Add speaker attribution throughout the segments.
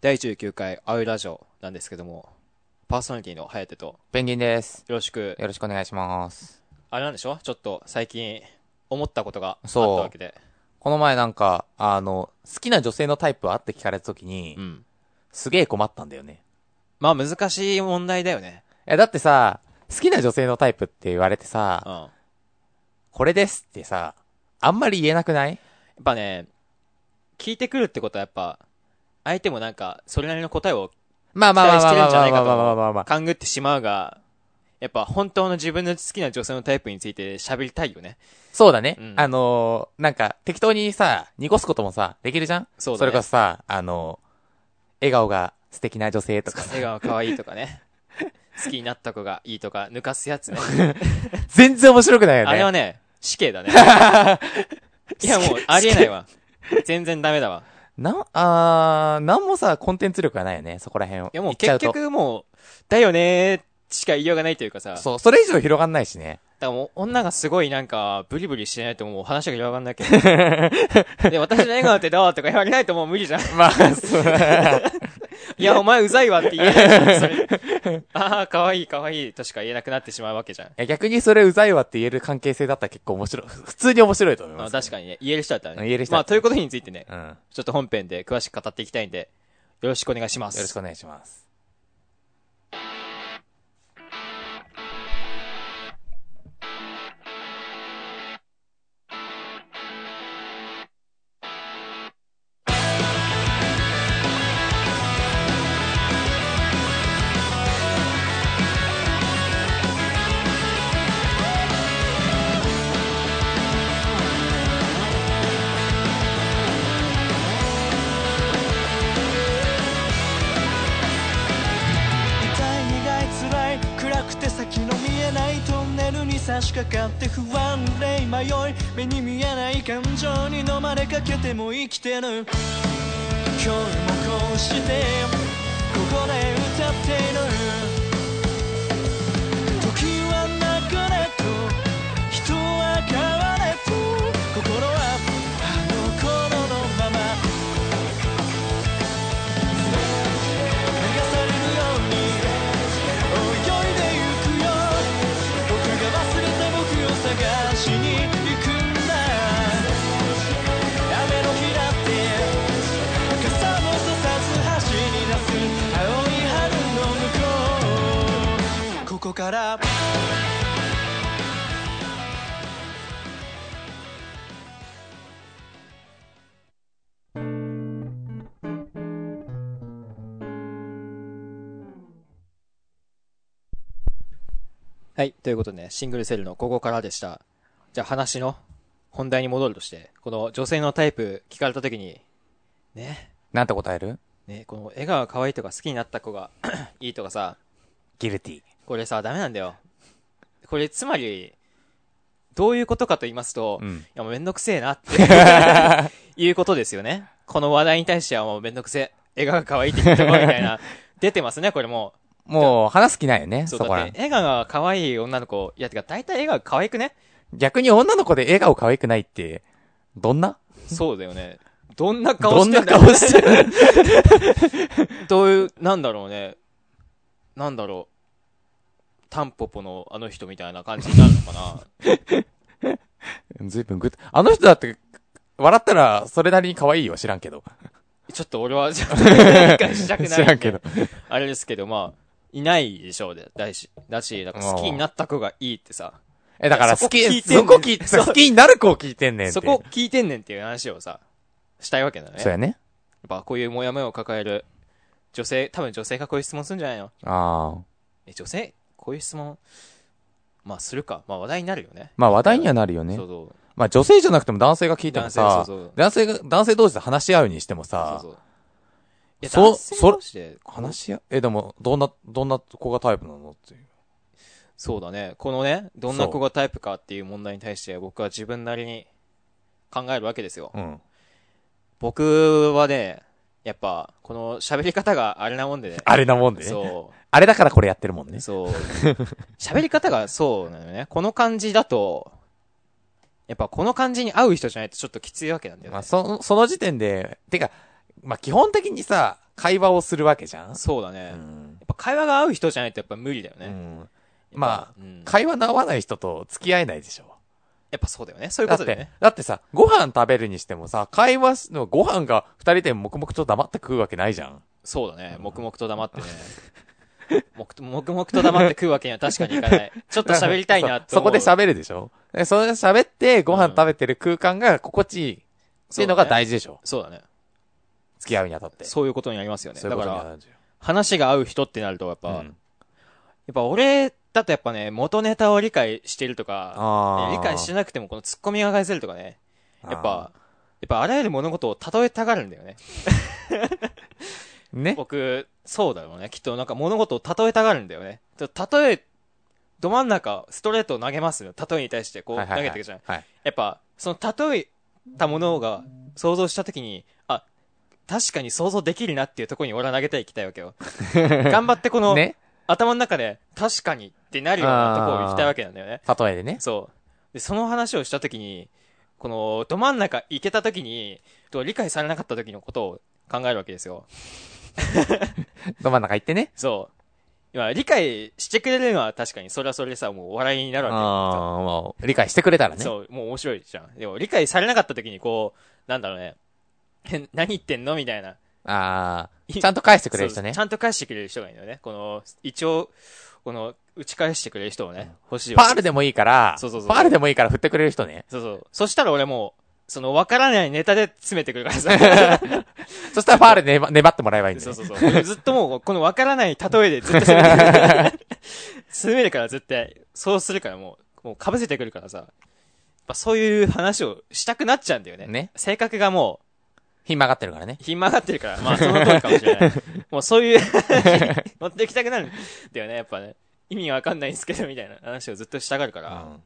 Speaker 1: 第19回アウラジオなんですけども、パーソナリティの颯と、よ
Speaker 2: ペンギンです。
Speaker 1: ろしく、
Speaker 2: よろしくお願いします。
Speaker 1: あれなんでしょちょっと最近思ったことがあった
Speaker 2: そう
Speaker 1: わけで。
Speaker 2: この前なんか、あの、好きな女性のタイプはって聞かれた時に、
Speaker 1: うん。
Speaker 2: すげえ困ったんだよね。
Speaker 1: まあ難しい問題だよね。
Speaker 2: え、だってさ、好きな女性のタイプって言われてさ
Speaker 1: う、ん。や
Speaker 2: これですってさ、あんまり言えなくない
Speaker 1: っぱね、聞いてくるってことはやっぱ、相手もなんか、それなりの答えを
Speaker 2: まあまあまあまあまあまあまあまあまあまあまあ
Speaker 1: 勘ぐってしまうが、やっぱ本当の自分の好きな女性のタイプについて喋りたいよね。
Speaker 2: そうだね。
Speaker 1: うん
Speaker 2: あのーなんか、適当にさ、濁すこともさ、できるじゃん
Speaker 1: そうだね
Speaker 2: それこそさ、あのー笑顔が素敵な女性とかさ
Speaker 1: 笑、顔可愛いとかね。好きになった子がいいとか、抜かすやつね。
Speaker 2: 全然面白くないよね。
Speaker 1: あれはね、死刑 だね。いやもう、ありえないわ。全然ダメだわ。
Speaker 2: な、あー、なんもさ、コンテンツ力がないよね、そこら辺を。
Speaker 1: いやもう
Speaker 2: 言っちゃ
Speaker 1: 結
Speaker 2: と。
Speaker 1: 局もう、だよねーしか言いようがないというかさ、だか
Speaker 2: そう、それ以上広がんないし ね。
Speaker 1: らもう女がすごいなんか、ブリブリしてないともう話が広がんなきゃ。 で、私の笑顔ってどうとか言われないともう無理じゃん。
Speaker 2: まあ、 そう。
Speaker 1: いや、お前うざいわって言え ないそれ。ああ、かわいいかわいいとしか言えなくなってしまうわけじゃん。
Speaker 2: え逆にそれうざいわって言える関係性だったら結構面白い。普通に面白いと思い
Speaker 1: ま
Speaker 2: ま
Speaker 1: あ
Speaker 2: す。
Speaker 1: 確かにね、言える人だったらね。
Speaker 2: 言える人
Speaker 1: ま
Speaker 2: だ
Speaker 1: あ
Speaker 2: ったら
Speaker 1: ということについてね、
Speaker 2: うん。よ
Speaker 1: ちょっと本編で詳しく語っていきたいんで、よろしくお願いします。
Speaker 2: ろしくお願いします。
Speaker 3: 痛い苦い辛い暗くて先の見えないトンネルに差し掛かって不安で迷い目に見えない感情に飲まれかけても生きてる今日もこうしてここで歌っている時は流れと人は変われと心はあの頃のまま流されるように泳いでゆくよ僕が忘れた僕を探しに行くんだ雨の日だって傘もささず走り出す青い春の向こうここから
Speaker 1: はい。ということでね、シングルセルのここからでした。じゃあ話の本題に戻るとして、この女性のタイプ聞かれた時に、ね、
Speaker 2: なんて答える
Speaker 1: ね、この笑顔が可愛いとか好きになった子が いいとかさ、
Speaker 2: ギルティ。
Speaker 1: これさ、ダメなんだよ。これつまり、どういうことかと言いますと、
Speaker 2: う
Speaker 1: い
Speaker 2: ん。
Speaker 1: やもうめんどくせえなって、 いうことですよね。この話題に対してはもうめんどくせえ。笑顔が可愛いって言ってこいみたい な。出てますね、これもう。
Speaker 2: もう、話す気ないよね、
Speaker 1: そ
Speaker 2: そう
Speaker 1: だ
Speaker 2: こ
Speaker 1: っ
Speaker 2: ら
Speaker 1: て、。笑顔が可愛い女の子、いや、てか大体笑顔可愛くね
Speaker 2: 逆に女の子で笑顔可愛くないって、どんな
Speaker 1: そうだよね。どんな顔
Speaker 2: ど
Speaker 1: し
Speaker 2: ん
Speaker 1: て
Speaker 2: なん
Speaker 1: だ
Speaker 2: 顔
Speaker 1: ろう
Speaker 2: してる
Speaker 1: どういう、なんだろうね。なんだろう。タンポポのあの人みたいな感じになるのかな。
Speaker 2: ずいぶんグッとあの人だって、笑ったら、それなりに可愛いよ、知らんけど。
Speaker 1: ちょっと俺は、 ちょっと理解したくない。
Speaker 2: 知らんけど。。
Speaker 1: あれですけど、まあ、いないでしょうで、だし、だし、なんか好きになった子がいいってさ、
Speaker 2: え、だから好
Speaker 1: いや
Speaker 2: き、
Speaker 1: そ
Speaker 2: そ
Speaker 1: こ
Speaker 2: こ
Speaker 1: 聞いてんねん
Speaker 2: 聞い
Speaker 1: そう
Speaker 2: 好きになる子を聞いてんねんって。
Speaker 1: そこ聞いてんねんっていう話をさ、したいわけだよね。
Speaker 2: そう
Speaker 1: やっ
Speaker 2: やね。
Speaker 1: ぱこういうモヤモヤを抱える女性、多分女性がこういう質問するんじゃないの
Speaker 2: ああ。
Speaker 1: え、女性、こういう質問、まあするか。まあ話題になるよね。
Speaker 2: まあ話題にはなるよね
Speaker 1: そ。うそう。
Speaker 2: まあ女性じゃなくても男性が聞いてもさ
Speaker 1: 男性、そうそう
Speaker 2: 男性が、男性同士で話し合うにしても
Speaker 1: そう
Speaker 2: さ
Speaker 1: そ、う。いや、
Speaker 2: そう
Speaker 1: 男性同士で、
Speaker 2: 話し合う、え、でも、どんな、どんな子がタイプなのっていう。
Speaker 1: そうだね。このね、どんな子がタイプかっていう問題に対して僕は自分なりに考えるわけですよ。
Speaker 2: うん。
Speaker 1: 僕はね、やっぱ、この喋り方があれなもんでね。
Speaker 2: あれなもんでね。
Speaker 1: そ
Speaker 2: あれだからこれやってるもんね
Speaker 1: う。。そう。喋り方がそうなのよね。この感じだと、やっぱこの感じに合う人じゃないとちょっときついわけなんだよ
Speaker 2: ま
Speaker 1: ね
Speaker 2: あ、。そ、その時点で、てか、まあ基本的にさ、会話をするわけじゃん。
Speaker 1: そうだね。
Speaker 2: う
Speaker 1: や
Speaker 2: ん
Speaker 1: っぱ会話が合う人じゃないとやっぱ無理だよ
Speaker 2: う
Speaker 1: ね。
Speaker 2: ん。まあ
Speaker 1: うん、
Speaker 2: 会話の合わない人と付き合えないでしょ。
Speaker 1: やっぱそうだよね。そういう
Speaker 2: だ
Speaker 1: こと
Speaker 2: っ
Speaker 1: だよ
Speaker 2: て
Speaker 1: ね。、
Speaker 2: だってさ、ご飯食べるにしてもさ、会話すの、ご飯が二人で黙々と黙って食うわけないじゃん。
Speaker 1: そうだね。黙々と黙ってね。黙々黙々と黙って食うわけには確かにいか ない。ちょっと喋りたいなって
Speaker 2: そ
Speaker 1: 思
Speaker 2: こ
Speaker 1: う。
Speaker 2: で喋るでしょでそれで喋って、ご飯食べてる空間が心地いい。っていうのが大事でしょ、
Speaker 1: そうだね。
Speaker 2: 付き合うにあたって。
Speaker 1: そういうことになりますよね。
Speaker 2: そう
Speaker 1: だ
Speaker 2: いうこ
Speaker 1: か
Speaker 2: とに
Speaker 1: ら、
Speaker 2: なるじ
Speaker 1: 話が合う人ってなると、やっ
Speaker 2: ゃ
Speaker 1: ぱ、
Speaker 2: ん。うん
Speaker 1: やっぱ俺だとやっぱね、元ネタを理解してると
Speaker 2: あ
Speaker 1: か
Speaker 2: ー、
Speaker 1: ね理解してなくてもこのツッコミが返せるとかね。やっぱ、やっぱあらゆる物事を例えたがるんだよね。
Speaker 2: ね。
Speaker 1: 僕、そうだろうね。きっとなんか物事を例えたがるんだよね。ちょっと例え、ど真ん中、ストレートを投げますよ。例えに対してこう
Speaker 2: はいはいは
Speaker 1: 投
Speaker 2: い
Speaker 1: げていくじゃん。
Speaker 2: はい。
Speaker 1: やっぱ、その例えたものが想像したときに、あ、確かに想像できるなっていうところに俺は投げていきたいわけ よ。頑張ってこの、
Speaker 2: ね。
Speaker 1: 頭の中で確かにってなるようなところを行きたいわけなんだよね。
Speaker 2: 例えでね。
Speaker 1: そう。で、その話をしたときに、この、ど真ん中行けたときに、と理解されなかったときのことを考えるわけですよ。
Speaker 2: ど真ん中行ってね。
Speaker 1: そう。まあ、理解してくれるのは確かに、それはそれでさ、もう笑いになる
Speaker 2: ああー、
Speaker 1: わ
Speaker 2: もう、理解してくれたら
Speaker 1: け
Speaker 2: ね。
Speaker 1: よ。そう、もう面白いじゃん。でも、理解されなかった時に、こう、なんだろうね。え何言ってん のみたいな。
Speaker 2: ああ、ちゃんと返してくれる人
Speaker 1: そう
Speaker 2: ね
Speaker 1: ち。ゃんと返してくれる人がいるのね。この、一応、この、打ち返してくれる人をね、欲しいわ
Speaker 2: パ
Speaker 1: け
Speaker 2: ールでもいいから、
Speaker 1: そうそうそう
Speaker 2: パールでもいいから振ってくれる人ね。
Speaker 1: そうそう。そしたら俺もう、その、わからないネタで詰めてくるから さ。
Speaker 2: そしたらパールで粘粘ってもらえばいいんだ
Speaker 1: そ
Speaker 2: よ
Speaker 1: う
Speaker 2: ね。
Speaker 1: そうそう。ずっともう、このわからない例えでずっと詰めてくる。 詰めるから絶対、そうするからもう、もう被せてくるからさ。やっぱそういう話をしたくなっちゃうんだよね。
Speaker 2: ね
Speaker 1: 性格がも
Speaker 2: ひん曲がってるからね。
Speaker 1: う、ひん曲がってるから、まあその通りかもしれ ない。もうそう いう、持ってきたくなるんだよね、やっぱね。意味わかんないんですけど、みたいな話をずっとしたがるか
Speaker 2: う
Speaker 1: ら。
Speaker 2: ん。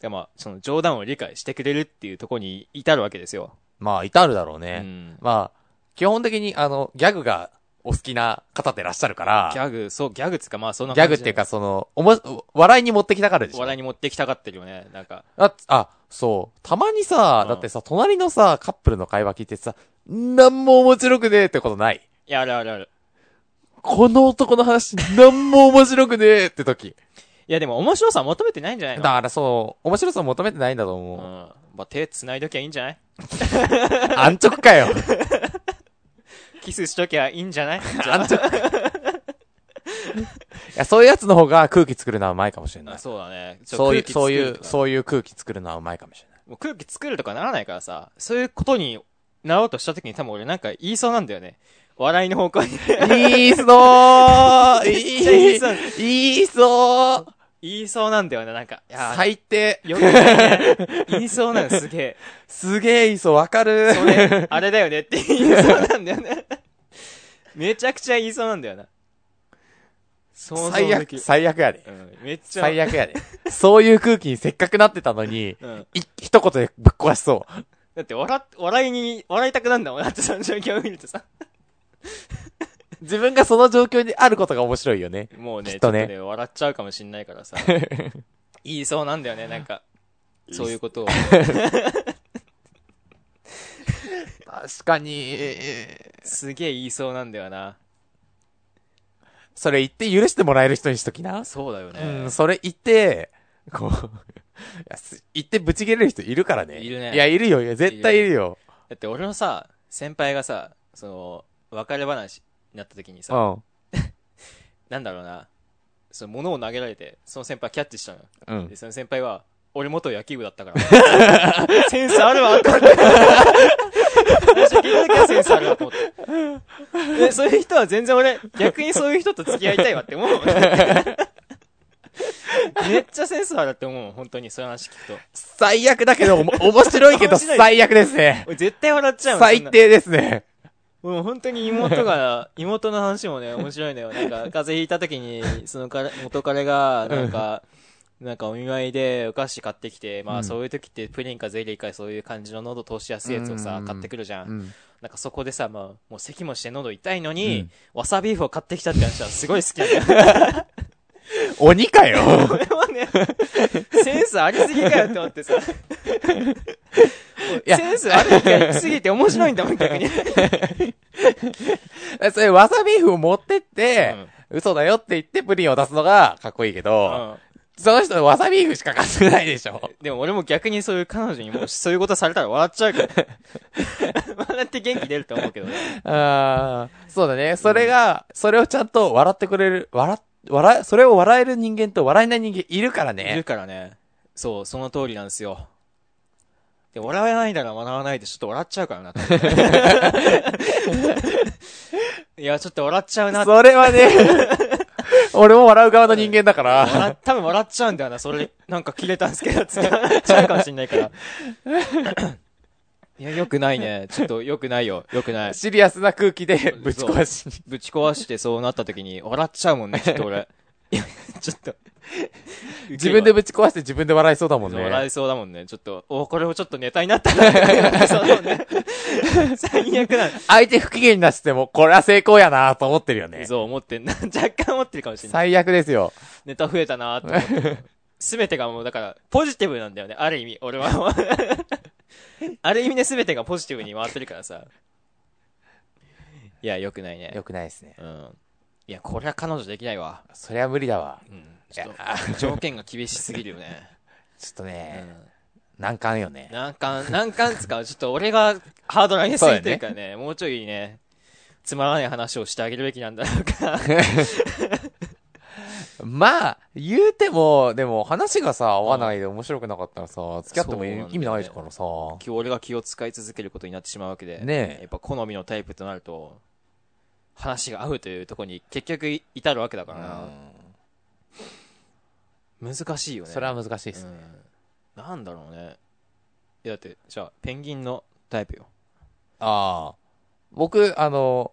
Speaker 1: でまあ、その冗談を理解してくれるっていうところに至るわけですよ。
Speaker 2: まあ、至るだろう
Speaker 1: う
Speaker 2: ね。
Speaker 1: ん。
Speaker 2: まあ、基本的に、あの、ギャグがお好きな方でいらっしゃるから、
Speaker 1: ギャグ、そう、ギャグっつうか、まあ、そんな
Speaker 2: ギャ
Speaker 1: 感
Speaker 2: グ
Speaker 1: じ
Speaker 2: ってい
Speaker 1: だ
Speaker 2: うか、
Speaker 1: よね、
Speaker 2: その、おも、笑いに持ってきたからでし
Speaker 1: お
Speaker 2: ょ。
Speaker 1: 笑いに持ってきたがってるよね。なんか、
Speaker 2: あ、あ、そう。たまにさ
Speaker 1: う、ん
Speaker 2: だってさ、隣のさ、カップルの会話聞いてさ、なんも面白くねえってことない。
Speaker 1: いや、あるあるある。
Speaker 2: この男の話、なんも面白くねえって時。
Speaker 1: いや、でも面白さ求めてないんじゃない
Speaker 2: だ
Speaker 1: の
Speaker 2: からそう、面白さを求めてないんだと
Speaker 1: うん。
Speaker 2: 思う。
Speaker 1: まあ、手繋いどきゃいいんじゃない
Speaker 2: 安直かよ。
Speaker 1: キスしときゃいいんじゃ ないじゃあ
Speaker 2: いや、そういうやつの方が空気作るのはうまいかもしれな
Speaker 1: あ
Speaker 2: い。
Speaker 1: そうだね。ちょ
Speaker 2: そういう、
Speaker 1: 空気
Speaker 2: そう
Speaker 1: 作
Speaker 2: い
Speaker 1: る
Speaker 2: う
Speaker 1: と、か
Speaker 2: そういう空気作るのはうまいかもしれない。
Speaker 1: もう空気作るとかならないからさ、そういうことになろうとした時に多分俺なんか言いそうなんだよね。笑いの方向に。
Speaker 2: いいそう
Speaker 1: いいそう
Speaker 2: いいそう
Speaker 1: 言いそうなんだよね、なんか。いや
Speaker 2: 最低
Speaker 1: よく言うね言いそうなんすげえ。
Speaker 2: すげえいいそうわかる
Speaker 1: そ れ、あれだよねって言いそうなんだよね。めちゃくちゃ言いそうなんだよな。想像
Speaker 2: 最
Speaker 1: でき
Speaker 2: 悪、
Speaker 1: る。
Speaker 2: 最悪やで
Speaker 1: う。ん、めっちゃ。
Speaker 2: 最悪やで。そういう空気にせっかくなってたのに、
Speaker 1: うん。
Speaker 2: い一言でぶっ壊しそう。
Speaker 1: だって笑っ、笑いに、笑いたくなんだもん。だってその状況を見るとさ。
Speaker 2: 自分がその状況にあることが面白いよね。
Speaker 1: もうね、
Speaker 2: きっ
Speaker 1: ちょ
Speaker 2: と
Speaker 1: っと
Speaker 2: ね
Speaker 1: ね、笑っちゃうかもしんないから さ。言いそうなんだよね、なんか。そういうことを。
Speaker 2: 確かに。
Speaker 1: すげえ言いそうなんだよな。
Speaker 2: それ言って許してもらえる人にしときな。
Speaker 1: そうだよ
Speaker 2: う
Speaker 1: ね
Speaker 2: ん、。それ言って、こう、いやす言ってぶち切れる人いるからね。
Speaker 1: いるね
Speaker 2: いや、いるよ。いや、絶対いるよ。
Speaker 1: だって俺のさ、先輩がさ、その、別れ話になった時に
Speaker 2: う
Speaker 1: さ、
Speaker 2: ん。
Speaker 1: なんだろうな。その物を投げられて、その先輩キャッチしたのよ。
Speaker 2: うん
Speaker 1: で、。その先輩は、俺元野球部だった から。センスあるわ、と思って。私は聞いた時はセンスあるわ、と思って。で、そういう人は全然俺、逆にそういう人と付き合いたいわって 思うもん。めっちゃセンスあるって思うもん、本当に、そういう話聞くと。
Speaker 2: 最悪だけど、おも面白いけど、
Speaker 1: 面白い
Speaker 2: 最悪ですね。
Speaker 1: 俺絶対笑っちゃうもん。そん
Speaker 2: 最
Speaker 1: な。
Speaker 2: 低ですね。
Speaker 1: もう本当に妹 が、妹の話もね、面白いのよ。なんか、風邪ひいた時に、その彼元彼が、なんか、なんかお見舞いでお菓子買ってきて、ま
Speaker 2: う
Speaker 1: あ
Speaker 2: ん
Speaker 1: そういう時ってプリンかゼリーかそういう感じの喉通しやすいやつを
Speaker 2: うんうん
Speaker 1: さ
Speaker 2: う、ん
Speaker 1: 買ってくるじゃ。
Speaker 2: うんん。
Speaker 1: なんかそこでさ、まあ、もう咳もして喉痛いの
Speaker 2: う
Speaker 1: に
Speaker 2: ん、
Speaker 1: わさビーフを買ってきたって話はすごい好きなん だよ。
Speaker 2: 鬼かよ。
Speaker 1: これはね、センスありすぎかよって思ってさ。
Speaker 2: いや
Speaker 1: センスありすぎて面白いんだもん、逆に。
Speaker 2: えそれ、わさビーフを持ってって
Speaker 1: うん、
Speaker 2: 嘘だよって言ってプリンを出すのがかっこいいけど、その人わさビーフしか買ってないでしょ。
Speaker 1: でも俺も逆にそういう彼女に もしそういうことされたら笑っちゃうから。 笑って元気出ると思うけどね。
Speaker 2: あーそうだね。それが、それをちゃんと笑ってくれる、笑っ、笑え、それを笑える人間と笑えない人間いるから
Speaker 1: いる
Speaker 2: ね。
Speaker 1: からね。そう、その通りなんですよ。で、笑えないなら笑わないで、ちょっと笑っちゃうから な、多分いや、ちょっと笑っちゃうな。
Speaker 2: それ はね、俺も笑う側の人間だから。
Speaker 1: 笑多分笑っちゃうんだよな、それ。なんか切れたんですけど、つって笑っちゃうかもしんない から。いや、よくないね。ちょっと、よくないよ。よくない。
Speaker 2: シリアスな空気でぶち壊しに。
Speaker 1: ぶち壊してそうなった時に、笑っちゃうもん ね、ちょっと俺。いや、ちょっと。
Speaker 2: 自分でぶち壊して自分で笑いそうだもんね。
Speaker 1: 笑いそうだもんね。ちょっと、お、これもちょっとネタになったな。笑いそうだもん ね。最悪な
Speaker 2: 相手不機嫌になってても、これは成功やなと思ってるよね
Speaker 1: の。。そう思ってんな。 若干思ってるかもしれない。
Speaker 2: 最悪ですよ。
Speaker 1: ネタ増えたなと思って。すべてがもう、だから、ポジティブなんだよね。ある意味、俺は。 ある意味で全てがポジティブに回ってるからさ。いや、良くないね
Speaker 2: よ。くないですね。
Speaker 1: うん。いや、これは彼女できないわ。
Speaker 2: そりゃ無理だわ。
Speaker 1: うん。
Speaker 2: い
Speaker 1: ちょ
Speaker 2: や
Speaker 1: っと、
Speaker 2: ー
Speaker 1: 条件が厳しすぎるよね。
Speaker 2: ちょっと
Speaker 1: う
Speaker 2: ね、
Speaker 1: ん
Speaker 2: 難関よね。
Speaker 1: 難関、難関っつうか、ちょっと俺がハードル上げすぎてるからね、もうちょいね、つまらない話をしてあげるべきなんだろうか。
Speaker 2: まあ、言うても、でも話がさ、合わないで面白くなかったらさ、付き合っても
Speaker 1: そうなんだよね
Speaker 2: 意味ないですからさ。
Speaker 1: 気俺が気を使い続けることになってしまうわけで、
Speaker 2: ねえ
Speaker 1: やっぱ好みのタイプとなると、話が合うというところに結局至るわけだからな、難しいよね。
Speaker 2: それは難しいで
Speaker 1: です
Speaker 2: ね。
Speaker 1: なんだろうね。いや、だって、じゃあ、ペンギンのタイプよ。
Speaker 2: ああ。僕、あの、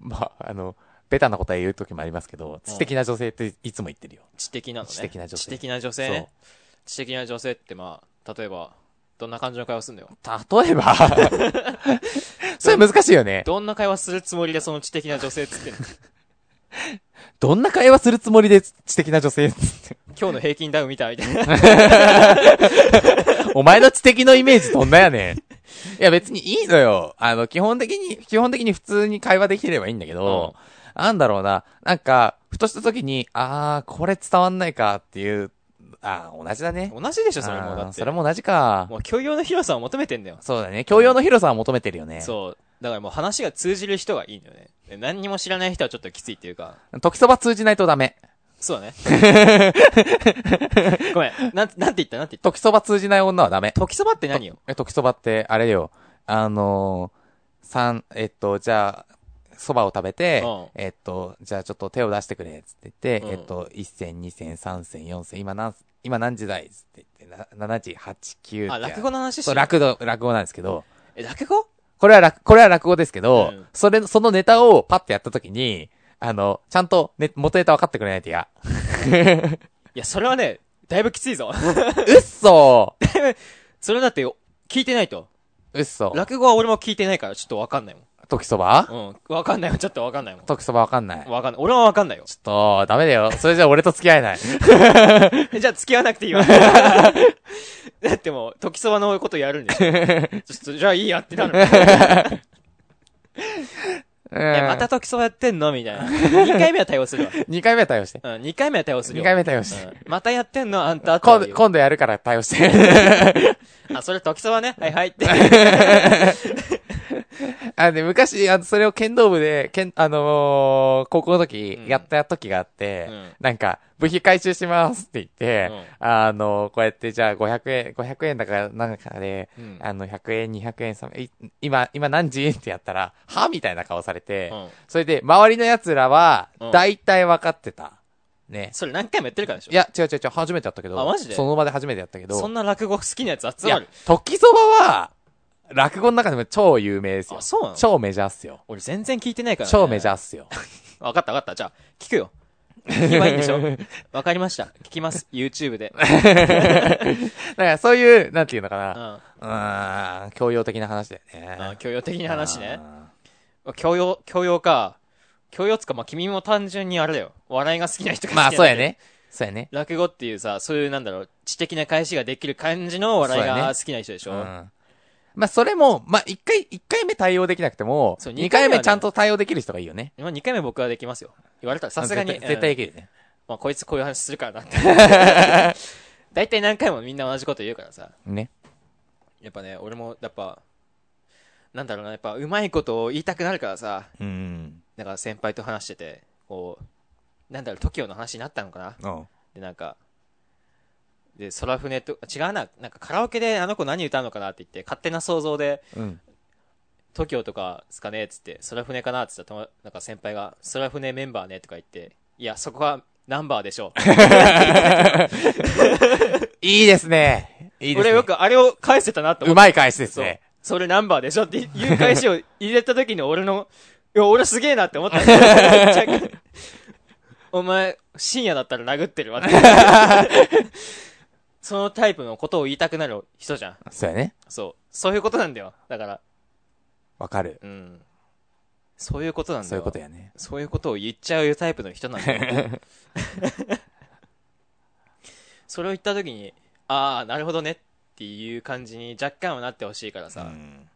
Speaker 2: まあ、あの、ベタな答え言う時もありますけど、知的な女性っていつも言ってるよ。
Speaker 1: 知的なのね。
Speaker 2: 知的な女性
Speaker 1: 知的な女性ね。知的な女性って、まあ、例えば、どんな感じの会話するんだよ。
Speaker 2: そう。例え ば、それ難しいよね。
Speaker 1: どんな会話するつもりでその知的な女性っつって んの
Speaker 2: どんな会話するつもりで知的な女性っつって
Speaker 1: 今日の平均ダウン見たみたいな。
Speaker 2: お前の知的のイメージどんなやねん。いや別にいいのよ。あの、基本的に、基本的に普通に会話できてればいいんだけど、なんだろうな。なんか、ふとした時に、あー、これ伝わんないかっていう、あー、同じだね。
Speaker 1: 同じでしょ、それも。
Speaker 2: あー
Speaker 1: だって。
Speaker 2: それも同じか。
Speaker 1: もう教養の広さを求めてんだよ。
Speaker 2: そうだね。教養の広さは求めてるよね。
Speaker 1: そう。だからもう話が通じる人がいいんだよね。で何にも知らない人はちょっときついっていうか。
Speaker 2: 時そば通じないとダメ。
Speaker 1: そうだね。 ごめん。なん、なんて言ったなんて言った
Speaker 2: 時そば通じない女はダメ。
Speaker 1: 時そばって何よ
Speaker 2: え、時そばって、あれよ。あのー、三、えっと、じゃあ、そばを食べて、
Speaker 1: うん
Speaker 2: えっと、じゃあちょっと手を出してくれ、つって言って、
Speaker 1: うん
Speaker 2: えっと、1千、2千、3千、4千、今何、今何時だいつって言って、な7時、8、9
Speaker 1: あ、落語
Speaker 2: の
Speaker 1: の話し
Speaker 2: そう、
Speaker 1: てる。
Speaker 2: 落語、落語なんですけど、
Speaker 1: え、落語
Speaker 2: これは落、これは落語ですけど、
Speaker 1: うん
Speaker 2: それ、そのネタをパッとやったときに、あの、ちゃんと、ね、元ネタ分かってくれないと嫌。
Speaker 1: いや、それはね、だいぶきついぞ。
Speaker 2: うっそー
Speaker 1: それだって、聞いてないと。
Speaker 2: うっそ
Speaker 1: 落語は俺も聞いてないから、ちょっとわかんないも
Speaker 2: 時そば
Speaker 1: ん。うん。わかんないもん、ちょっとわかんないもん。
Speaker 2: 時そばわかんない。ちょっ
Speaker 1: わかんない。俺はわかんないよ。
Speaker 2: と、ダメだよ。それじゃ俺と付き合えない。
Speaker 1: え じゃあ付き合わなくていい わ。だってもう、時そばのことや るんでしょ。ちょっと、じゃあいいやってなる。え、また時そばやってんのみたいな。2回目は対応するわ。
Speaker 2: 2回目は対応して。
Speaker 1: うん、2回目は対応するよ。
Speaker 2: 二回目は対応して
Speaker 1: うん。またやってんのあんた、
Speaker 2: 今
Speaker 1: と
Speaker 2: 度、
Speaker 1: は言う
Speaker 2: 今度やるから対応して。
Speaker 1: あ、それ時そばね。はいはいって。
Speaker 2: あのね、昔、あの、それを剣道部で、剣、あのー高校の時
Speaker 1: う、ん
Speaker 2: やった時があって、
Speaker 1: うん
Speaker 2: なんか、部費回収しますって言って、
Speaker 1: う
Speaker 2: あのこうやって、じゃあ500円、500円だから、なんかで、
Speaker 1: うん
Speaker 2: あの、100円、200円、300い今、今何時ってやったら、はみたいな顔されて、
Speaker 1: うん
Speaker 2: それで、周りの奴らは
Speaker 1: うん、
Speaker 2: 大体分かってた。ね。
Speaker 1: それ何回もやってるからでしょ
Speaker 2: い。や、違う違う違う、初めてやったけど。
Speaker 1: あマジで
Speaker 2: その場で初めてやったけど。
Speaker 1: そんな落語好きなやつ集ま
Speaker 2: いや
Speaker 1: る。、
Speaker 2: 時そばは、落語の中でも超有名ですよ。
Speaker 1: あ、そうなの
Speaker 2: 超メジャーっすよ。
Speaker 1: 俺全然聞いてないからね。
Speaker 2: 超メジャーっすよ。
Speaker 1: わかったわかった。じゃあ、聞くよ。聞けばいいんでし ょわかりました。聞きます。YouTube で。
Speaker 2: だからそういう、なんていうのか
Speaker 1: う
Speaker 2: な。
Speaker 1: ん。
Speaker 2: うーん、教養的な話だよね。
Speaker 1: あ教養的な話ね。
Speaker 2: あ
Speaker 1: 教養、教養か。教養つか、まあ、君も単純にあれだよ。笑いが好きな人が好きな
Speaker 2: ー。ま
Speaker 1: んだ
Speaker 2: あ、
Speaker 1: けど
Speaker 2: そうや。ね。そうやね。
Speaker 1: 落語っていうさ、そういうなんだろう、知的な返しができる感じの笑い
Speaker 2: そうや
Speaker 1: が
Speaker 2: ね
Speaker 1: 好きな人でしょ、
Speaker 2: うん。まあ、それも、まあ、一回、一回目対応できなくても、
Speaker 1: そう
Speaker 2: 二
Speaker 1: 二
Speaker 2: 回
Speaker 1: 回目はね
Speaker 2: 目ちゃんと対応できる人がいいよね。
Speaker 1: まあ、2回目僕はできますよ。言われたら、さすがに。
Speaker 2: 絶対絶対
Speaker 1: うん
Speaker 2: できるね。
Speaker 1: まあ、こいつこういう話するから なって。大体何回もみんな同じこと言うからさ。
Speaker 2: ね。
Speaker 1: やっぱね、俺も、やっぱ、なんだろうな、やっぱ、うまいことを言いたくなるからさ、
Speaker 2: うん。
Speaker 1: なんか先輩と話してて、こう、なんだろう、TOKIO の話になったのかな
Speaker 2: うん。
Speaker 1: で、なんか、で、空船と、違うな、なんかカラオケであの子何歌うのかなって言って、勝手な想像で、
Speaker 2: うん。
Speaker 1: TOKIO とかですかねっつって、空船かなって言ったら、ともなんか先輩が、空船メンバーねとか言って、いや、そこはナンバーでしょ。
Speaker 2: いいですね。 いいです
Speaker 1: 俺
Speaker 2: ね。
Speaker 1: よくあれを返せたなと思って
Speaker 2: うまい返しです
Speaker 1: そう
Speaker 2: ね。。
Speaker 1: それナンバーでしょっていう返 しを入れた時に俺の、いや、俺すげえなって思ったんだよ ぶっちゃけお前、深夜だったら殴って るわって。そのタイプのことを言いたくなる人じゃん。
Speaker 2: そうやね。
Speaker 1: そう。そういうことなんだよ。だから、
Speaker 2: わかる。
Speaker 1: うん。そういうことなんだよ。
Speaker 2: そういうことやね。
Speaker 1: そういうことを言っちゃうタイプの人なんだよ。 それを言った時に、ああ、なるほどねっていう感じに若干はなってほしいからさ。
Speaker 2: うん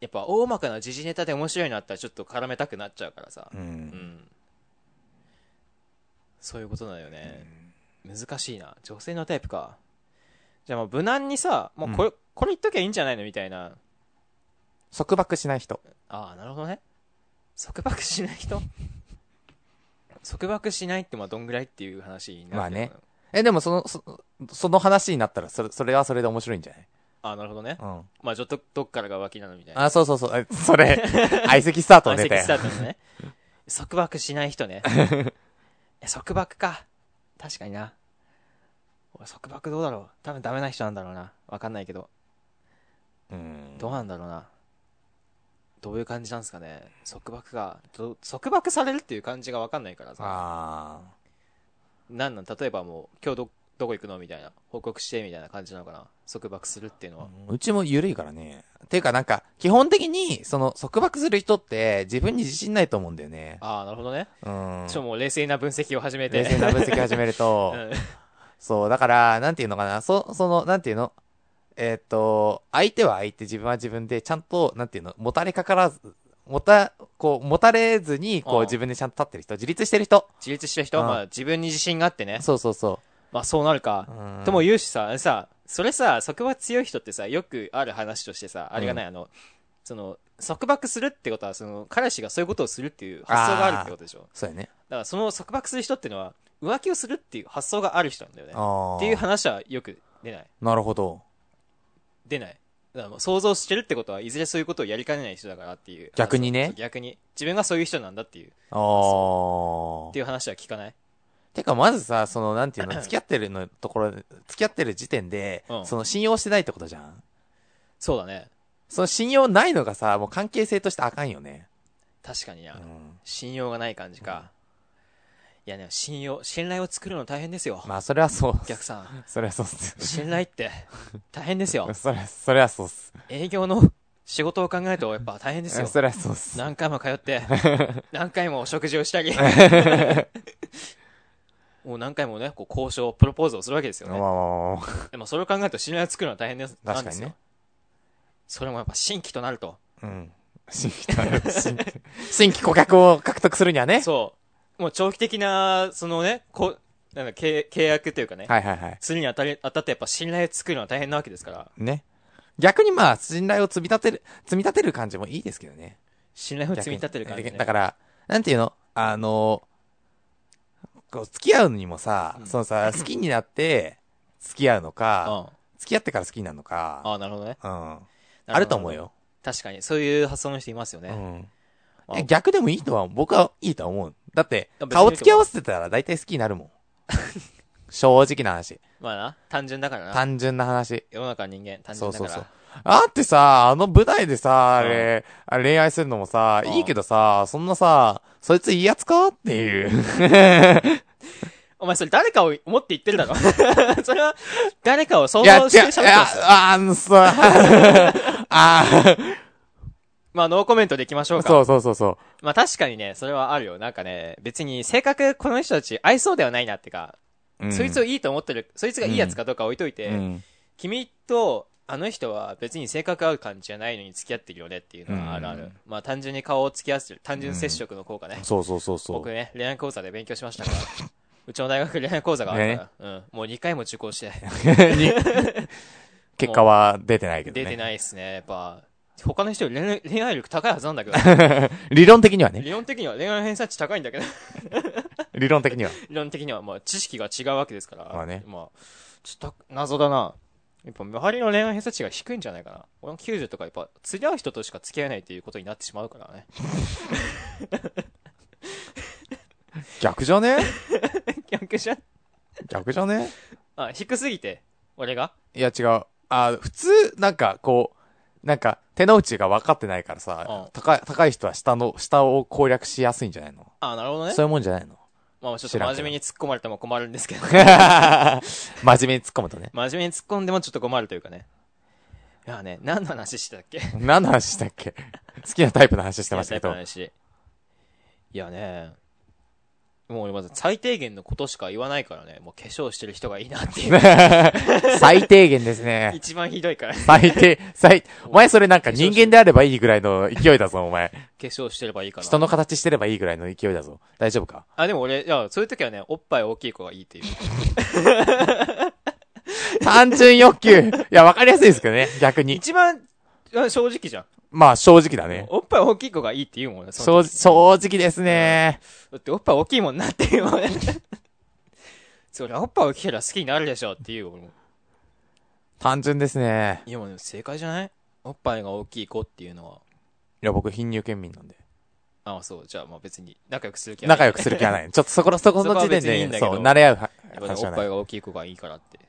Speaker 1: やっぱ大まかな時事ネタで面白いのあったらちょっと絡めたくなっちゃうからさ。
Speaker 2: う。
Speaker 1: うんん。そういうことだよね。難しいな。女性のタイプか。じゃあもう無難にさ、もうこれ、これ言っときゃいいんじゃないのみたいな。
Speaker 2: 束縛しない人。
Speaker 1: ああ、なるほどね。束縛しない人 束縛しないってまあどんぐらいっていう話になって
Speaker 2: まあねえ、でもその、そその話になったら、それ、それはそれで面白いんじゃない
Speaker 1: ああ、なるほどね。
Speaker 2: うん。
Speaker 1: まあちょっとどっからが浮気なのみたいな。
Speaker 2: あ、そうそうそう。えそれ、 相席スタート
Speaker 1: 相
Speaker 2: 出
Speaker 1: 席
Speaker 2: て
Speaker 1: ス。タートの ね。束縛しない人ね。え束縛か。確かにな。俺束縛どうだろう多分ダメな人なんだろうな。わかんないけど。
Speaker 2: うん
Speaker 1: どうなんだろうな。どういう感じなんですかね。束縛が、ど束縛されるっていう感じがわかんないからさ。
Speaker 2: あ
Speaker 1: なんなん例えばもう、今日ど、どこ行くのみたいな。報告してみたいな感じなのかな。束縛するっていうのは。
Speaker 2: ーうちも緩いからね。ていうかなんか、基本的に、その、束縛する人って、自分に自信ないと思うんだよね。
Speaker 1: ああ、なるほどね。
Speaker 2: うん。
Speaker 1: ちょ、もう冷静な分析を始めて。
Speaker 2: 冷静な分析始めると、
Speaker 1: うん
Speaker 2: そう、だから、なんていうのかな、そ、その、なんていうのえーっと、相手は相手、自分は自分で、ちゃんと、なんていうの、もたれかからず、もた、こう、もたれずに、こ
Speaker 1: あ
Speaker 2: う、
Speaker 1: あ
Speaker 2: 自分でちゃんと立ってる人、自立してる人。
Speaker 1: 自立した人は、
Speaker 2: うん
Speaker 1: まあ自分に自信があってね。
Speaker 2: そうそうそ
Speaker 1: まあそうなるか
Speaker 2: う。。うん
Speaker 1: とも言うしさ、さ、それさ、束縛強い人ってさ、よくある話としてさ、あれがない、あの、その、束縛するってことは、その、彼氏がそういうことをするっていう発想があるってことでしょ。
Speaker 2: そうやね。
Speaker 1: だからその束縛する人ってのは、浮気をするっていう発想がある人なんだよね。
Speaker 2: ああ。
Speaker 1: っていう話はよく出ない。
Speaker 2: なるほど。
Speaker 1: 出ない。だからもう想像してるってことは、いずれそういうことをやりかねない人だからっていう。
Speaker 2: 逆にね
Speaker 1: そう逆に。自分がそういう人なんだっていう、
Speaker 2: ああ
Speaker 1: っ。ていう話は聞かない。
Speaker 2: てか、まずさ、その、なんていうの、付き合ってるのところ、付き合ってる時点で、
Speaker 1: うん
Speaker 2: その、信用してないってことじゃん。
Speaker 1: そうだね。
Speaker 2: その信用ないのがさ、もう関係性としてあかんよね。
Speaker 1: 確かにな。
Speaker 2: うん。
Speaker 1: 信用がない感じか。いやね、信用、信頼を作るの大変ですよ。
Speaker 2: まあ、それはそう。
Speaker 1: お客さん。
Speaker 2: それはそうっす。。
Speaker 1: 信頼って、大変ですよ
Speaker 2: それは、それはそうっす。
Speaker 1: 営業の仕事を考えるとやっぱ大変ですよ。
Speaker 2: それはそうっす。
Speaker 1: 何回も通 って、何回もお食事をしたり、もう何回もね、こう交渉、プロポーズをするわけですよ
Speaker 2: まあ
Speaker 1: ね。
Speaker 2: まあまあまあ
Speaker 1: でもそれを考えると信頼を作るのは大変です。
Speaker 2: 確かに
Speaker 1: な
Speaker 2: ね
Speaker 1: んですよ。それもやっぱ新規となると。
Speaker 2: うん。新規、新規新規顧客を獲得するにはね。
Speaker 1: そう。もう長期的な、そのね、こう、なんか契契約というかね、
Speaker 2: はいはいはい。
Speaker 1: するにあたり、あたってやっぱ信頼を作るのは大変なわけですから、
Speaker 2: ね。逆にまあ、信頼を積み立てる、積み立てる感じもいいですけどね。
Speaker 1: 信頼を積み立てる感じ
Speaker 2: 逆
Speaker 1: ね
Speaker 2: にだから、なんていうのあの、こう、付き合うのにもさ、
Speaker 1: うん
Speaker 2: そのさ、好きになって、付き合うのか、
Speaker 1: うん。
Speaker 2: 付き合ってから好きになるの
Speaker 1: あ
Speaker 2: か、
Speaker 1: あ、なるほどね。
Speaker 2: うん。あると思うよ。
Speaker 1: 確かに、そういう発想の人いますよね。
Speaker 2: うん
Speaker 1: あ。
Speaker 2: 逆でもいいとは、僕はいいとは思う。だって
Speaker 1: 別、に
Speaker 2: 顔付き合わせてたら大体好きに なるもん。正直な話。
Speaker 1: まあな、単純だからな。
Speaker 2: 単純な話。
Speaker 1: 世の中は人間、単
Speaker 2: そ
Speaker 1: 純
Speaker 2: う
Speaker 1: だ
Speaker 2: そ
Speaker 1: か
Speaker 2: う
Speaker 1: ら。
Speaker 2: そう。あってさ、あの舞台でさ、あ
Speaker 1: うん
Speaker 2: れ、あれ恋愛するのもさ、
Speaker 1: うん
Speaker 2: いいけどさ、そんなさ、そいついいやつかっていう。
Speaker 1: お前それ誰かを思って言ってるだろ それは、誰かを想
Speaker 2: いや、違
Speaker 1: 像
Speaker 2: う、
Speaker 1: して喋って
Speaker 2: いや
Speaker 1: ま、す。
Speaker 2: あの さ、あ
Speaker 1: まあ、ノーコメントでいきましょう
Speaker 2: ー
Speaker 1: か。
Speaker 2: そうそうそうそ
Speaker 1: まあ、確かにね、それはあるよ。なんかね、別に、性格、この人たち、愛想ではないなってか、
Speaker 2: う。うん
Speaker 1: そいつをいいと思ってる、そいつがいいやつかどうか置いといて、
Speaker 2: うん
Speaker 1: 君と、あの人は別に性格合う感じじゃないのに付き合ってるよねっていうのはあるある。
Speaker 2: うん
Speaker 1: まあ単純に顔を付き合わせる、単純接触の効果ね。
Speaker 2: そうそうそうそう。
Speaker 1: 僕ね、恋愛講座で勉強しましたから。 うちの大学恋愛講座があるから、うん。もう2回も受講して、
Speaker 2: に結果は出てないけどね。
Speaker 1: 出てないっすね。やっぱ、他の人より恋愛恋愛力高いはずなんだけ ど、
Speaker 2: 理論的にはね。
Speaker 1: 理論的には恋愛偏差値高いんだけど、
Speaker 2: 理論的には。
Speaker 1: 理論的にはまあ知識が違うわけですから。
Speaker 2: まあね
Speaker 1: まあ、ちょっと謎だな。やっぱ周りの恋愛偏差値が低いんじゃないかな。俺の90とかやっぱ釣り合う人としか付き合えないっていうことになってしまうから ね。
Speaker 2: 逆じゃね
Speaker 1: 逆じゃん
Speaker 2: 逆じゃね
Speaker 1: あ、低すぎて、俺が
Speaker 2: いや違う。あ普通、なんかこう、なんか手の内が分かってないから
Speaker 1: う
Speaker 2: さ
Speaker 1: ん、
Speaker 2: 高い、高い人は下の、下を攻略しやすいんじゃないの
Speaker 1: あ、なるほどね。
Speaker 2: そういうもんじゃないの
Speaker 1: まあちょっ
Speaker 2: 知
Speaker 1: と
Speaker 2: らんけど
Speaker 1: 真面目に突っ込まれても困るんですけど。
Speaker 2: 真面目に突っ込むとね。
Speaker 1: 真面目に突っ込んでもちょっと困るというかね。いやね、何の話してたっけ
Speaker 2: 何の話 したっけ 好きなタイプの話してましたけ
Speaker 1: い
Speaker 2: ど
Speaker 1: や。いやね、もう俺まず最低限のことしか言わないからね、もう化粧してる人がいいな っていう。
Speaker 2: 最低限ですね。
Speaker 1: 一番ひどいから、ね、
Speaker 2: 最低、最、お前それなんか人間であればいいぐらいの勢いだぞ、お前。
Speaker 1: 化粧してればいいから。
Speaker 2: 人の形してればいいぐらいの勢いだぞ。大丈夫か
Speaker 1: あ、でも俺、いや、そういう時はね、おっぱい大きい子がいい っていう。
Speaker 2: 単純欲求。いや、わかりやすいですけどね、逆に。
Speaker 1: 一番、あ正直じゃん。
Speaker 2: まあ、正直だね。
Speaker 1: おっぱい大きい子がいいって言うもんね。その
Speaker 2: 正
Speaker 1: 時
Speaker 2: 正直ですね。
Speaker 1: だっておっぱい大きいもんなっていうもんね。 そりゃおっぱい大きいから好きになるでしょっていう俺も。
Speaker 2: 単純ですね。
Speaker 1: いやもうでも正解じゃないおっぱいが大きい子っていうのは。
Speaker 2: いや、僕、貧乳県民なんで。
Speaker 1: ああ、そう。じゃあまあ別に仲良くする気はない
Speaker 2: 仲良くする気 はない。ちょっとそこ、そこ
Speaker 1: そ
Speaker 2: の時点
Speaker 1: こは別にいいんだ
Speaker 2: で、
Speaker 1: け
Speaker 2: そ
Speaker 1: ど
Speaker 2: う、慣れ合うは
Speaker 1: やっぱね
Speaker 2: 話
Speaker 1: お
Speaker 2: は
Speaker 1: っぱ
Speaker 2: ないい。
Speaker 1: が大きい子がいいからって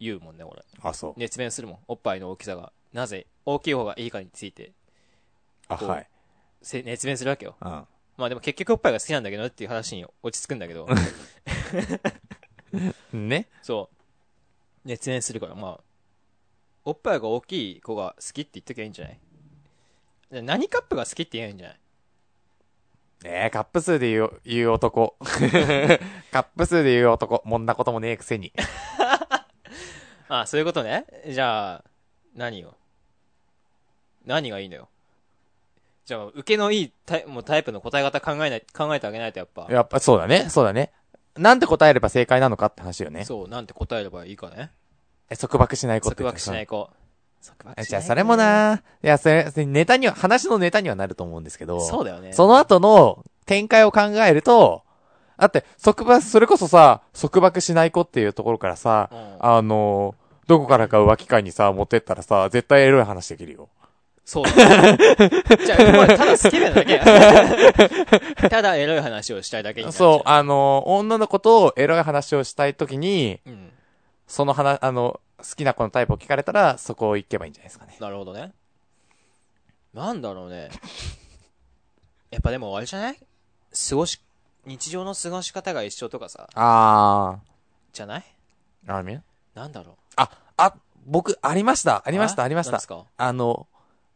Speaker 1: 言うもんね、俺。
Speaker 2: あ、そう。
Speaker 1: 熱弁するもん。おっぱいの大きさが、なぜ大きい方がいいかについて、
Speaker 2: あ、はい。
Speaker 1: せ熱弁するわけよ。
Speaker 2: うん。
Speaker 1: まあでも結局おっぱいが好きなんだけどねっていう話に落ち着くんだけ ど、
Speaker 2: ね
Speaker 1: そう。熱弁するから、まあ、おっぱいが大きい子が好きって言っときゃいいんじゃないで何カップが好きって言えばいいんじゃない
Speaker 2: えー、カップ数で言う、言 う男。カップ数で言う男。もんなこともねえくせに。
Speaker 1: ああ、そういうことね。じゃあ、何よ。何がいいのよ。じゃあ、受けのいいタイもうタイプの答え方考えない、考えてあげないとやっぱ。
Speaker 2: やっぱ、そうだね。そうだね。なんて答えれば正解なのかって話よね。
Speaker 1: そう、なんて答えればいいかね。
Speaker 2: え、束縛しないこと。
Speaker 1: 束縛しない子。束
Speaker 2: え
Speaker 1: 縛し
Speaker 2: じゃ
Speaker 1: ない
Speaker 2: あ、
Speaker 1: 子
Speaker 2: それも。な、いや、それ、それネタには、話のネタにはなると思うんですけど、
Speaker 1: そうだよね。
Speaker 2: その後の展開を考えると、だって、束縛、それこそさ、束縛しない子っていうところからさ、
Speaker 1: うん
Speaker 2: あの、どこからか浮気会にさ、持ってったらさ、絶対エロい話できるよ。
Speaker 1: そうだね。じゃあ、お前ただ好きなだけや。ただエロい話をしたいだけになっちゃう。
Speaker 2: そう、あの、女の子とエロい話をしたいときに、
Speaker 1: うん。
Speaker 2: その話、あの、好きな子のタイプを聞かれたら、そこを行けばいいんじゃないですかね。
Speaker 1: なるほどね。なんだろうね。やっぱでもあれじゃない過ごし、日常の過ごし方が一緒とかさ、
Speaker 2: あ
Speaker 1: じゃない
Speaker 2: ー、あみ
Speaker 1: なんだろう。
Speaker 2: あ、あ、僕、ありました、あ
Speaker 1: あ
Speaker 2: りました、ありまし
Speaker 1: なん
Speaker 2: た
Speaker 1: です。か
Speaker 2: あの、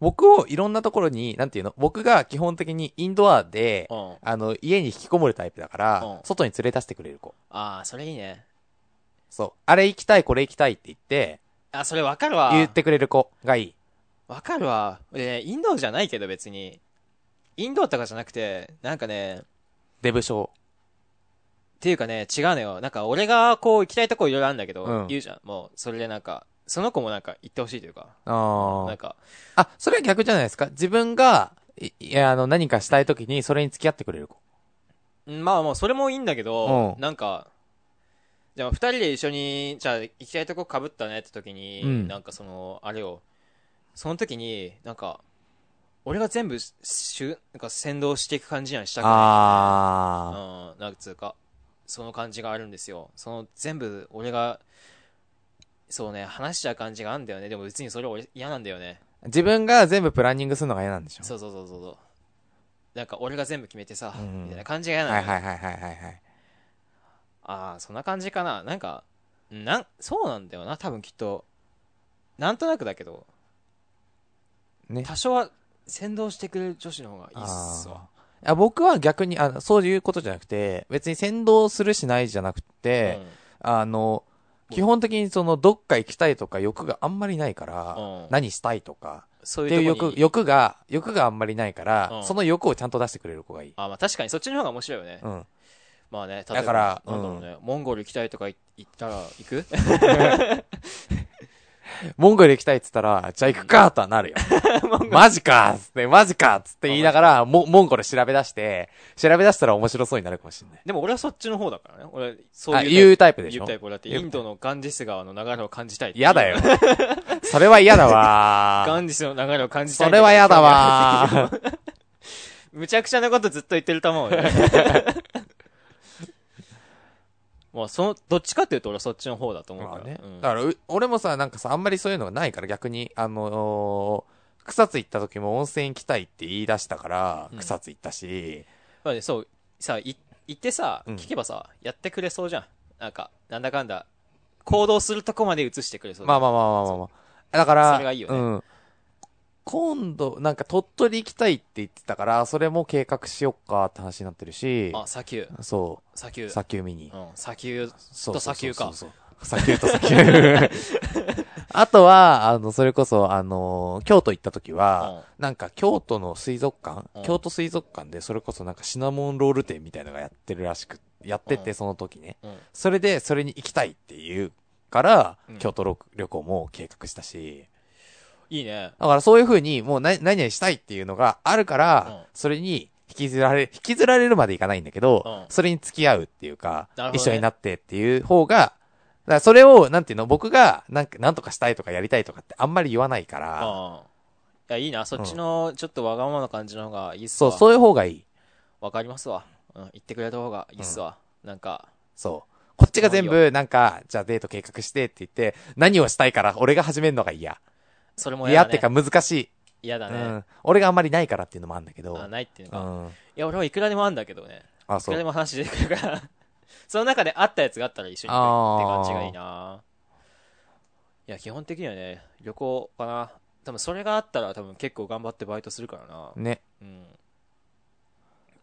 Speaker 2: 僕をいろんなところに、なんていうの僕が基本的にインドアで、
Speaker 1: うん。
Speaker 2: あの、家に引きこもるタイプだから、
Speaker 1: うん
Speaker 2: 外に連れ出してくれる子。
Speaker 1: ああ、それいいね。
Speaker 2: そう。あれ行きたい、これ行きたいって言って、
Speaker 1: あ、それわかるわ。
Speaker 2: 言ってくれる子がいい。
Speaker 1: わかるわ。でね、インドじゃないけど別に。インドとかじゃなくて、なんかね、っ
Speaker 2: デブ症。
Speaker 1: ていうかね、違うのよ。なんか俺がこう行きたいとこいろいろあるんだけど、
Speaker 2: うん
Speaker 1: 言うじゃん。もう、それでなんか、その子もなんか行ってほしいというか、な
Speaker 2: あ
Speaker 1: んか、
Speaker 2: あ。あ、それは逆じゃないですか自分が、いいや、あの、何かしたい時にそれに付き合ってくれる子。
Speaker 1: うんまあもうそれもいいんだけど、
Speaker 2: うん
Speaker 1: なんか、じゃあ二人で一緒に、じゃあ行きたいとこ被ったねって時に、
Speaker 2: うん
Speaker 1: なんかその、あれを、その時に、なんか、俺が全部し、しゅなんか先導していく感じにはしたくない。
Speaker 2: あ
Speaker 1: うん、なんつうか、その感じがあるんですよ。その全部、俺が、そうね、話しちゃう感じがあるんだよね。でも別にそれ俺嫌なんだよね。
Speaker 2: ー。自分が全部プランニングするのが嫌なんでしょ
Speaker 1: そうそうそうそうそう。なんか俺が全部決めてさ、
Speaker 2: うん
Speaker 1: みたいな感じが嫌なんだ
Speaker 2: は
Speaker 1: よ
Speaker 2: いはいはいはいはいはい。
Speaker 1: ああ、そんな感じかな。なんか、なん、そうなんだよな、多分きっと。なんとなくだけど、
Speaker 2: ね。
Speaker 1: 多少は先導してくれる女子の方がいいっすわ
Speaker 2: あ。あ僕は逆に、あのそういうことじゃなくて、別に先導するしないじゃなくて、
Speaker 1: うん
Speaker 2: あの、基本的にその、どっか行きたいとか欲があんまりないから、
Speaker 1: うん
Speaker 2: 何したいとか、
Speaker 1: そう
Speaker 2: っ
Speaker 1: い
Speaker 2: ていう
Speaker 1: うとこ
Speaker 2: 欲、
Speaker 1: に。
Speaker 2: 欲が、欲があんまりないから、
Speaker 1: うん
Speaker 2: その欲をちゃんと出してくれる子がいい。
Speaker 1: あ、まあ確かにそっちの方が面白いよね。
Speaker 2: うん。
Speaker 1: まあね、
Speaker 2: だから
Speaker 1: 例えばなんだろうね、モンゴル行きたいとか言ったら行く
Speaker 2: モンゴル行きたいっつったら、じゃあ行くかとはなるよ。 マジかっつって、マジかっつって言いながら、モモンゴル調べ出して、調べ出したら面白そうになるかもしれない。
Speaker 1: でも俺はそっちの方だからね。俺、そう
Speaker 2: あ、
Speaker 1: い
Speaker 2: いうう
Speaker 1: タイ
Speaker 2: タ
Speaker 1: プ。
Speaker 2: イプでし
Speaker 1: 言
Speaker 2: ょ
Speaker 1: うタイプ。だってインドのガンジス川の流れを感じたい。
Speaker 2: 嫌だよ。。それは嫌だわ
Speaker 1: ガンジスの流れを感じたい。
Speaker 2: それは嫌だ。わ
Speaker 1: むちゃくちゃなことずっと言ってると思うよね。まあ、その、どっちかっていうと俺はそっちの方だと思うか
Speaker 2: ま
Speaker 1: ら。
Speaker 2: あね
Speaker 1: うん。
Speaker 2: だからう、俺もさ、なんかさ、あんまりそういうのがないから、逆に、あのー草津行った時も温泉行きたいって言い出したから
Speaker 1: う、ん
Speaker 2: 草津行ったし、
Speaker 1: まあね、そう、さ、い行ってさ、
Speaker 2: うん
Speaker 1: 聞けばさ、やってくれそうじゃん。なんか、なんだかんだ、行動するとこまで移してくれそう
Speaker 2: まあま
Speaker 1: あ。
Speaker 2: あまあまあまあまあ。だから、
Speaker 1: それがいいよね
Speaker 2: うん。今度、なんか鳥取行きたいって言ってたから、それも計画しよっかって話になってるし、
Speaker 1: あ、砂丘、
Speaker 2: そ
Speaker 1: 砂
Speaker 2: う、
Speaker 1: 丘。
Speaker 2: 砂丘見に。
Speaker 1: うん、砂丘
Speaker 2: そう
Speaker 1: と砂丘か。
Speaker 2: そうそうそう砂丘 と砂丘。あとは、あの、それこそ、あの、京都行った時は、なんか京都の水族館、
Speaker 1: うん
Speaker 2: 京都水族館で、それこそなんかシナモンロール店みたいなのがやってるらしく、やって
Speaker 1: う
Speaker 2: て、
Speaker 1: ん
Speaker 2: その時ね。
Speaker 1: うん
Speaker 2: それで、それに行きたいっていうから、
Speaker 1: うん
Speaker 2: 京都ろ旅行も計画したし、
Speaker 1: いいね。
Speaker 2: だからそういう風に、もう何、何々したいっていうのがあるから、
Speaker 1: うん
Speaker 2: それに引きずられ、引きずられるまでいかないんだけど、
Speaker 1: うん
Speaker 2: それに付き合うっていうか、
Speaker 1: なるほどね
Speaker 2: 一緒になってっていう方が、だからそれを、なんていうの、僕が、なんか、なんとかしたいとかやりたいとかってあんまり言わないから、
Speaker 1: あいや、いいな。そっちの、ちょっとわがままな感じの方がいいっす
Speaker 2: そ
Speaker 1: わ。
Speaker 2: う、そういう方がいい。
Speaker 1: わかりますわ。うん、言ってくれた方がいいっすわ。なんか、
Speaker 2: そう。こっちが全
Speaker 1: もうい
Speaker 2: 部、なんか、じゃあデート計画してって言って、何をしたいから俺が始めるのが嫌。
Speaker 1: それも
Speaker 2: 嫌
Speaker 1: 嫌
Speaker 2: っ
Speaker 1: だ
Speaker 2: て
Speaker 1: ね
Speaker 2: か。難しい。
Speaker 1: 嫌だ
Speaker 2: う
Speaker 1: ね。
Speaker 2: ん。俺があんまりないからっていうのもあるんだけど。
Speaker 1: あ、ないっていうの
Speaker 2: う
Speaker 1: か。
Speaker 2: ん。
Speaker 1: いや、俺はいくらでもあんだけどね。
Speaker 2: あ、
Speaker 1: いく
Speaker 2: そ
Speaker 1: らで
Speaker 2: う。
Speaker 1: も話出てくるから。 その中であったやつがあったら一緒に行くって感じがいいな。いや、基本的にはね、旅行かな。多分それがあったら多分結構頑張ってバイトするからな。
Speaker 2: ね。
Speaker 1: うん。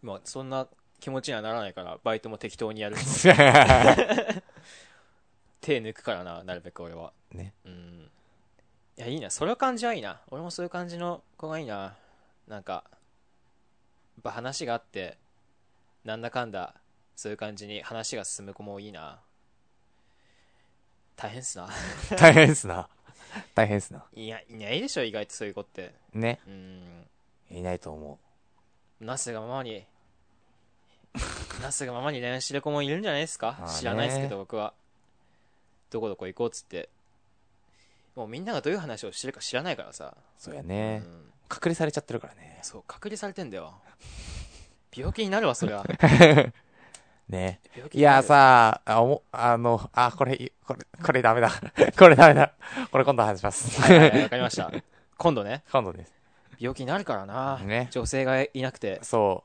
Speaker 1: まあ、そんな気持ちにはならないから、バイトも適当にやる。手抜くからな、なるべく俺は。
Speaker 2: ね。
Speaker 1: うん。いや、いいな。それ感じはいいな。俺もそういう感じの子がいいな。なんか、やっぱ話があって、なんだかんだ、そういう感じに話が進む子もいいな。大変っすな。
Speaker 2: 大変っすな。大変っすな。
Speaker 1: いや、いないでしょ、意外とそういう子って。
Speaker 2: ね。
Speaker 1: うん。
Speaker 2: いないと思
Speaker 1: なすがままに、 なすがままに恋愛してる子もいるんじゃないですか
Speaker 2: まあね
Speaker 1: 知らないですけど、僕は。どこどこ行こうっつって。もうみんながどういう話をしてるか知らないからさ。
Speaker 2: う。そうやね
Speaker 1: う。ん
Speaker 2: 隔離されちゃってるからね。
Speaker 1: そう、隔離されてんだよ。 病気になるわ、そり ゃ。
Speaker 2: ね。
Speaker 1: 病気
Speaker 2: い
Speaker 1: にな
Speaker 2: や
Speaker 1: るよ、
Speaker 2: さ、あ、おも、あの、あ、これ、これ、これダメだ。 これダメだ。これ今度話します。
Speaker 1: はいはいはいわかりました。今度ね、
Speaker 2: 今度です。
Speaker 1: 病気になるからな。
Speaker 2: ね
Speaker 1: 女性がいなくて、
Speaker 2: そ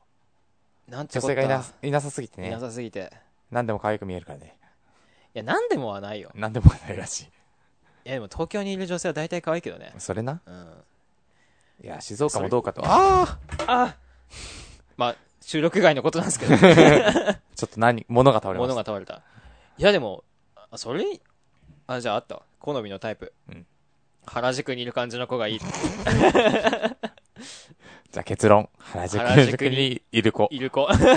Speaker 1: なん
Speaker 2: う。
Speaker 1: てこ
Speaker 2: 女
Speaker 1: った
Speaker 2: 性がいな、いなさすぎて
Speaker 1: い
Speaker 2: ね
Speaker 1: な。さすぎて。
Speaker 2: 何でも可愛く見えるからね。
Speaker 1: いや、なんでもはないよ。
Speaker 2: 何でもないらしい。
Speaker 1: いや、でも東京にいる女性は大体可愛いけどね。
Speaker 2: それな。
Speaker 1: うん。
Speaker 2: いや、静岡もどうかと。あ
Speaker 1: あ
Speaker 2: あ
Speaker 1: まあ、収録外のことなんです けど。
Speaker 2: ちょっと何、物が倒れま
Speaker 1: 物
Speaker 2: し
Speaker 1: が
Speaker 2: た。
Speaker 1: 倒れた。いや、でも、あそれに、あ、じゃああったわ好みのタイプ。
Speaker 2: うん
Speaker 1: 原宿にいる感じの子がいい。
Speaker 2: じゃあ結論。原宿
Speaker 1: 原宿
Speaker 2: にいる子。
Speaker 1: いる 子。じ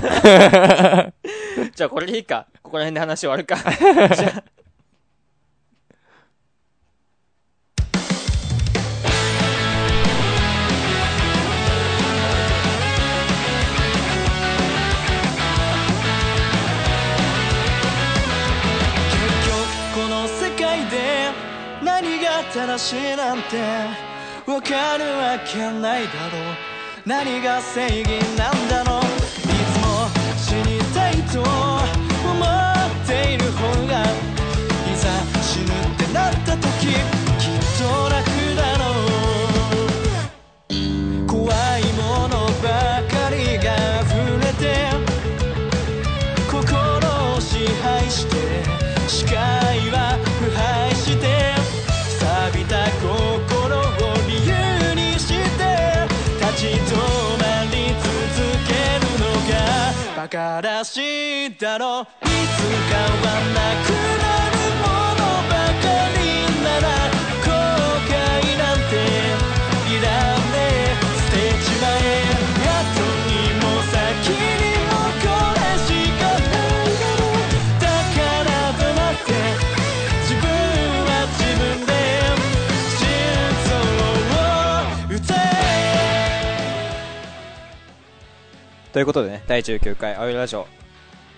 Speaker 1: ゃあこれでいいか。ここら辺で話終わるか。じゃあ
Speaker 3: 結局この世界で何が正しいなんてわかるわけないだろう何が正義なんだろういつも死にたいと思っている方がいざ死ぬってなった時きっと楽だろう怖いものばかりが溢れて心を支配して視界は腐敗して錆びた心を理由にして立ち止まり続けるのが馬鹿らしいだろういつかはなくなるもの後悔なんていらねえ捨てちまえ後にも先にもこれしかないだろうだから黙って自分は自分で心臓を打て
Speaker 1: ということでね、第19回青いラジオ、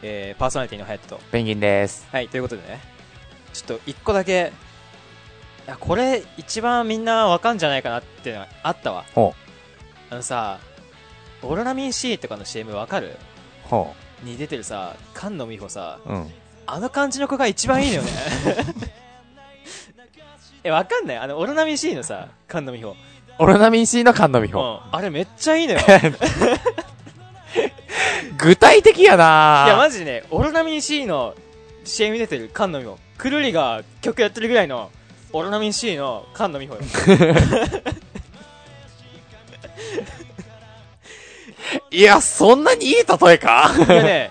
Speaker 1: えー、パーソナリティのハヤトと。
Speaker 2: ペンギンです。
Speaker 1: はい、ということでね、ちょっと一個だけ、いや、これ一番みんなわかんじゃないかなっていうのがあったわ。
Speaker 2: ほ
Speaker 1: あのさ、オロナミン C とかの CM わかる
Speaker 2: う。ほ
Speaker 1: に出てるさ、菅野美穂さ、
Speaker 2: う。うん。
Speaker 1: あの感じの子が一番いいのよね。え、わかんないあの、オロナミン C のさ、菅野美穂。
Speaker 2: オロナミン C の菅野美
Speaker 1: う
Speaker 2: 穂。
Speaker 1: ん。あれめっちゃいいのよ。
Speaker 2: 具体的やない
Speaker 1: や、
Speaker 2: ま
Speaker 1: マジね、オロナミン C の CM 出てる菅野美穂。くるりが曲やってるぐらいの、オロナミン C の菅野美穂よ。
Speaker 2: いや、そんなにいい例えか
Speaker 1: いやね、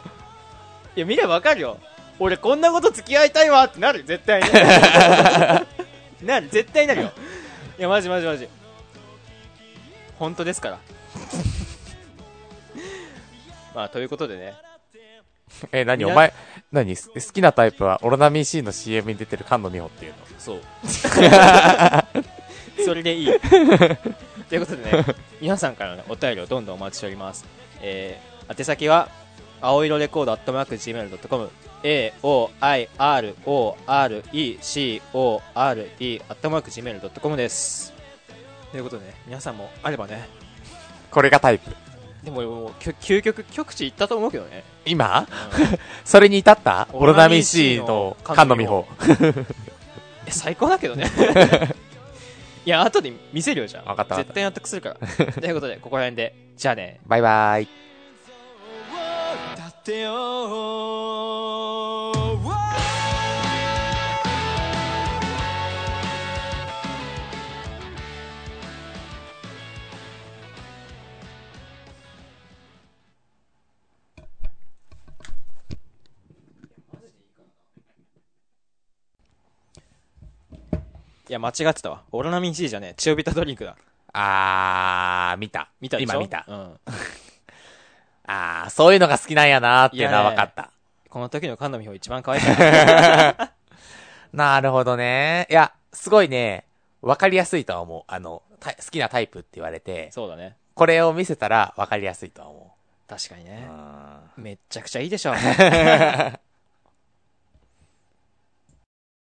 Speaker 1: いや、見ればわかるよ。俺こんなこと付き合いたいわってなる、絶対に。なる、絶対になるよ。いや、マジマジマジ。本当ですから。 まあ、ということでね。
Speaker 2: え、なに
Speaker 1: みん
Speaker 2: お
Speaker 1: な
Speaker 2: 前、なに好きなタイプはオロナミン C の CM に出てる菅野美穂っていうの
Speaker 1: そう。それでいい。ということでね、皆さんからのお便りをどんどんお待ちしております。えー、宛先は、青色レコードアットマーク Gmail.com、aoirorecord アットマーク Gmail.com です。ということでね、皆さんもあればね、
Speaker 2: これがタイプ。
Speaker 1: でも俺もうきょ究極、極地行ったと思うけどね。
Speaker 2: 今
Speaker 1: うん
Speaker 2: それに至った
Speaker 1: オ
Speaker 2: オ
Speaker 1: ロ
Speaker 2: ロ
Speaker 1: ナ
Speaker 2: ナ
Speaker 1: ミ
Speaker 2: ミ
Speaker 1: ン
Speaker 2: ン
Speaker 1: C
Speaker 2: C
Speaker 1: の
Speaker 2: の
Speaker 1: 菅野
Speaker 2: 菅野
Speaker 1: 美
Speaker 2: 美
Speaker 1: 穂
Speaker 2: 穂。
Speaker 1: え最高だけど ねいや後で見せるよじゃん
Speaker 2: わかったわかった
Speaker 1: 絶対納得するからということでここら辺でじゃあね
Speaker 2: バイバイ。
Speaker 3: だってよ
Speaker 1: いや間違ってたわオロナミン C じゃねえチオビタドリンクだ
Speaker 2: あー、見た。
Speaker 1: 見たでしょ
Speaker 2: 今見た。
Speaker 1: うん、
Speaker 2: あー、そういうのが好きなんやなーっていうの
Speaker 1: い
Speaker 2: は
Speaker 1: や
Speaker 2: 分
Speaker 1: ね
Speaker 2: かった。
Speaker 1: この時の菅野美穂一番 可愛いから
Speaker 2: なるほどね。いや、すごいね、分かりやすいとは思う。あの、た好きなタイプって言われて、
Speaker 1: そうだね
Speaker 2: これを見せたら分かりやすいとは思
Speaker 1: 確かに
Speaker 2: う。う
Speaker 1: ね
Speaker 2: ん
Speaker 1: めっちゃくちゃいいでしょ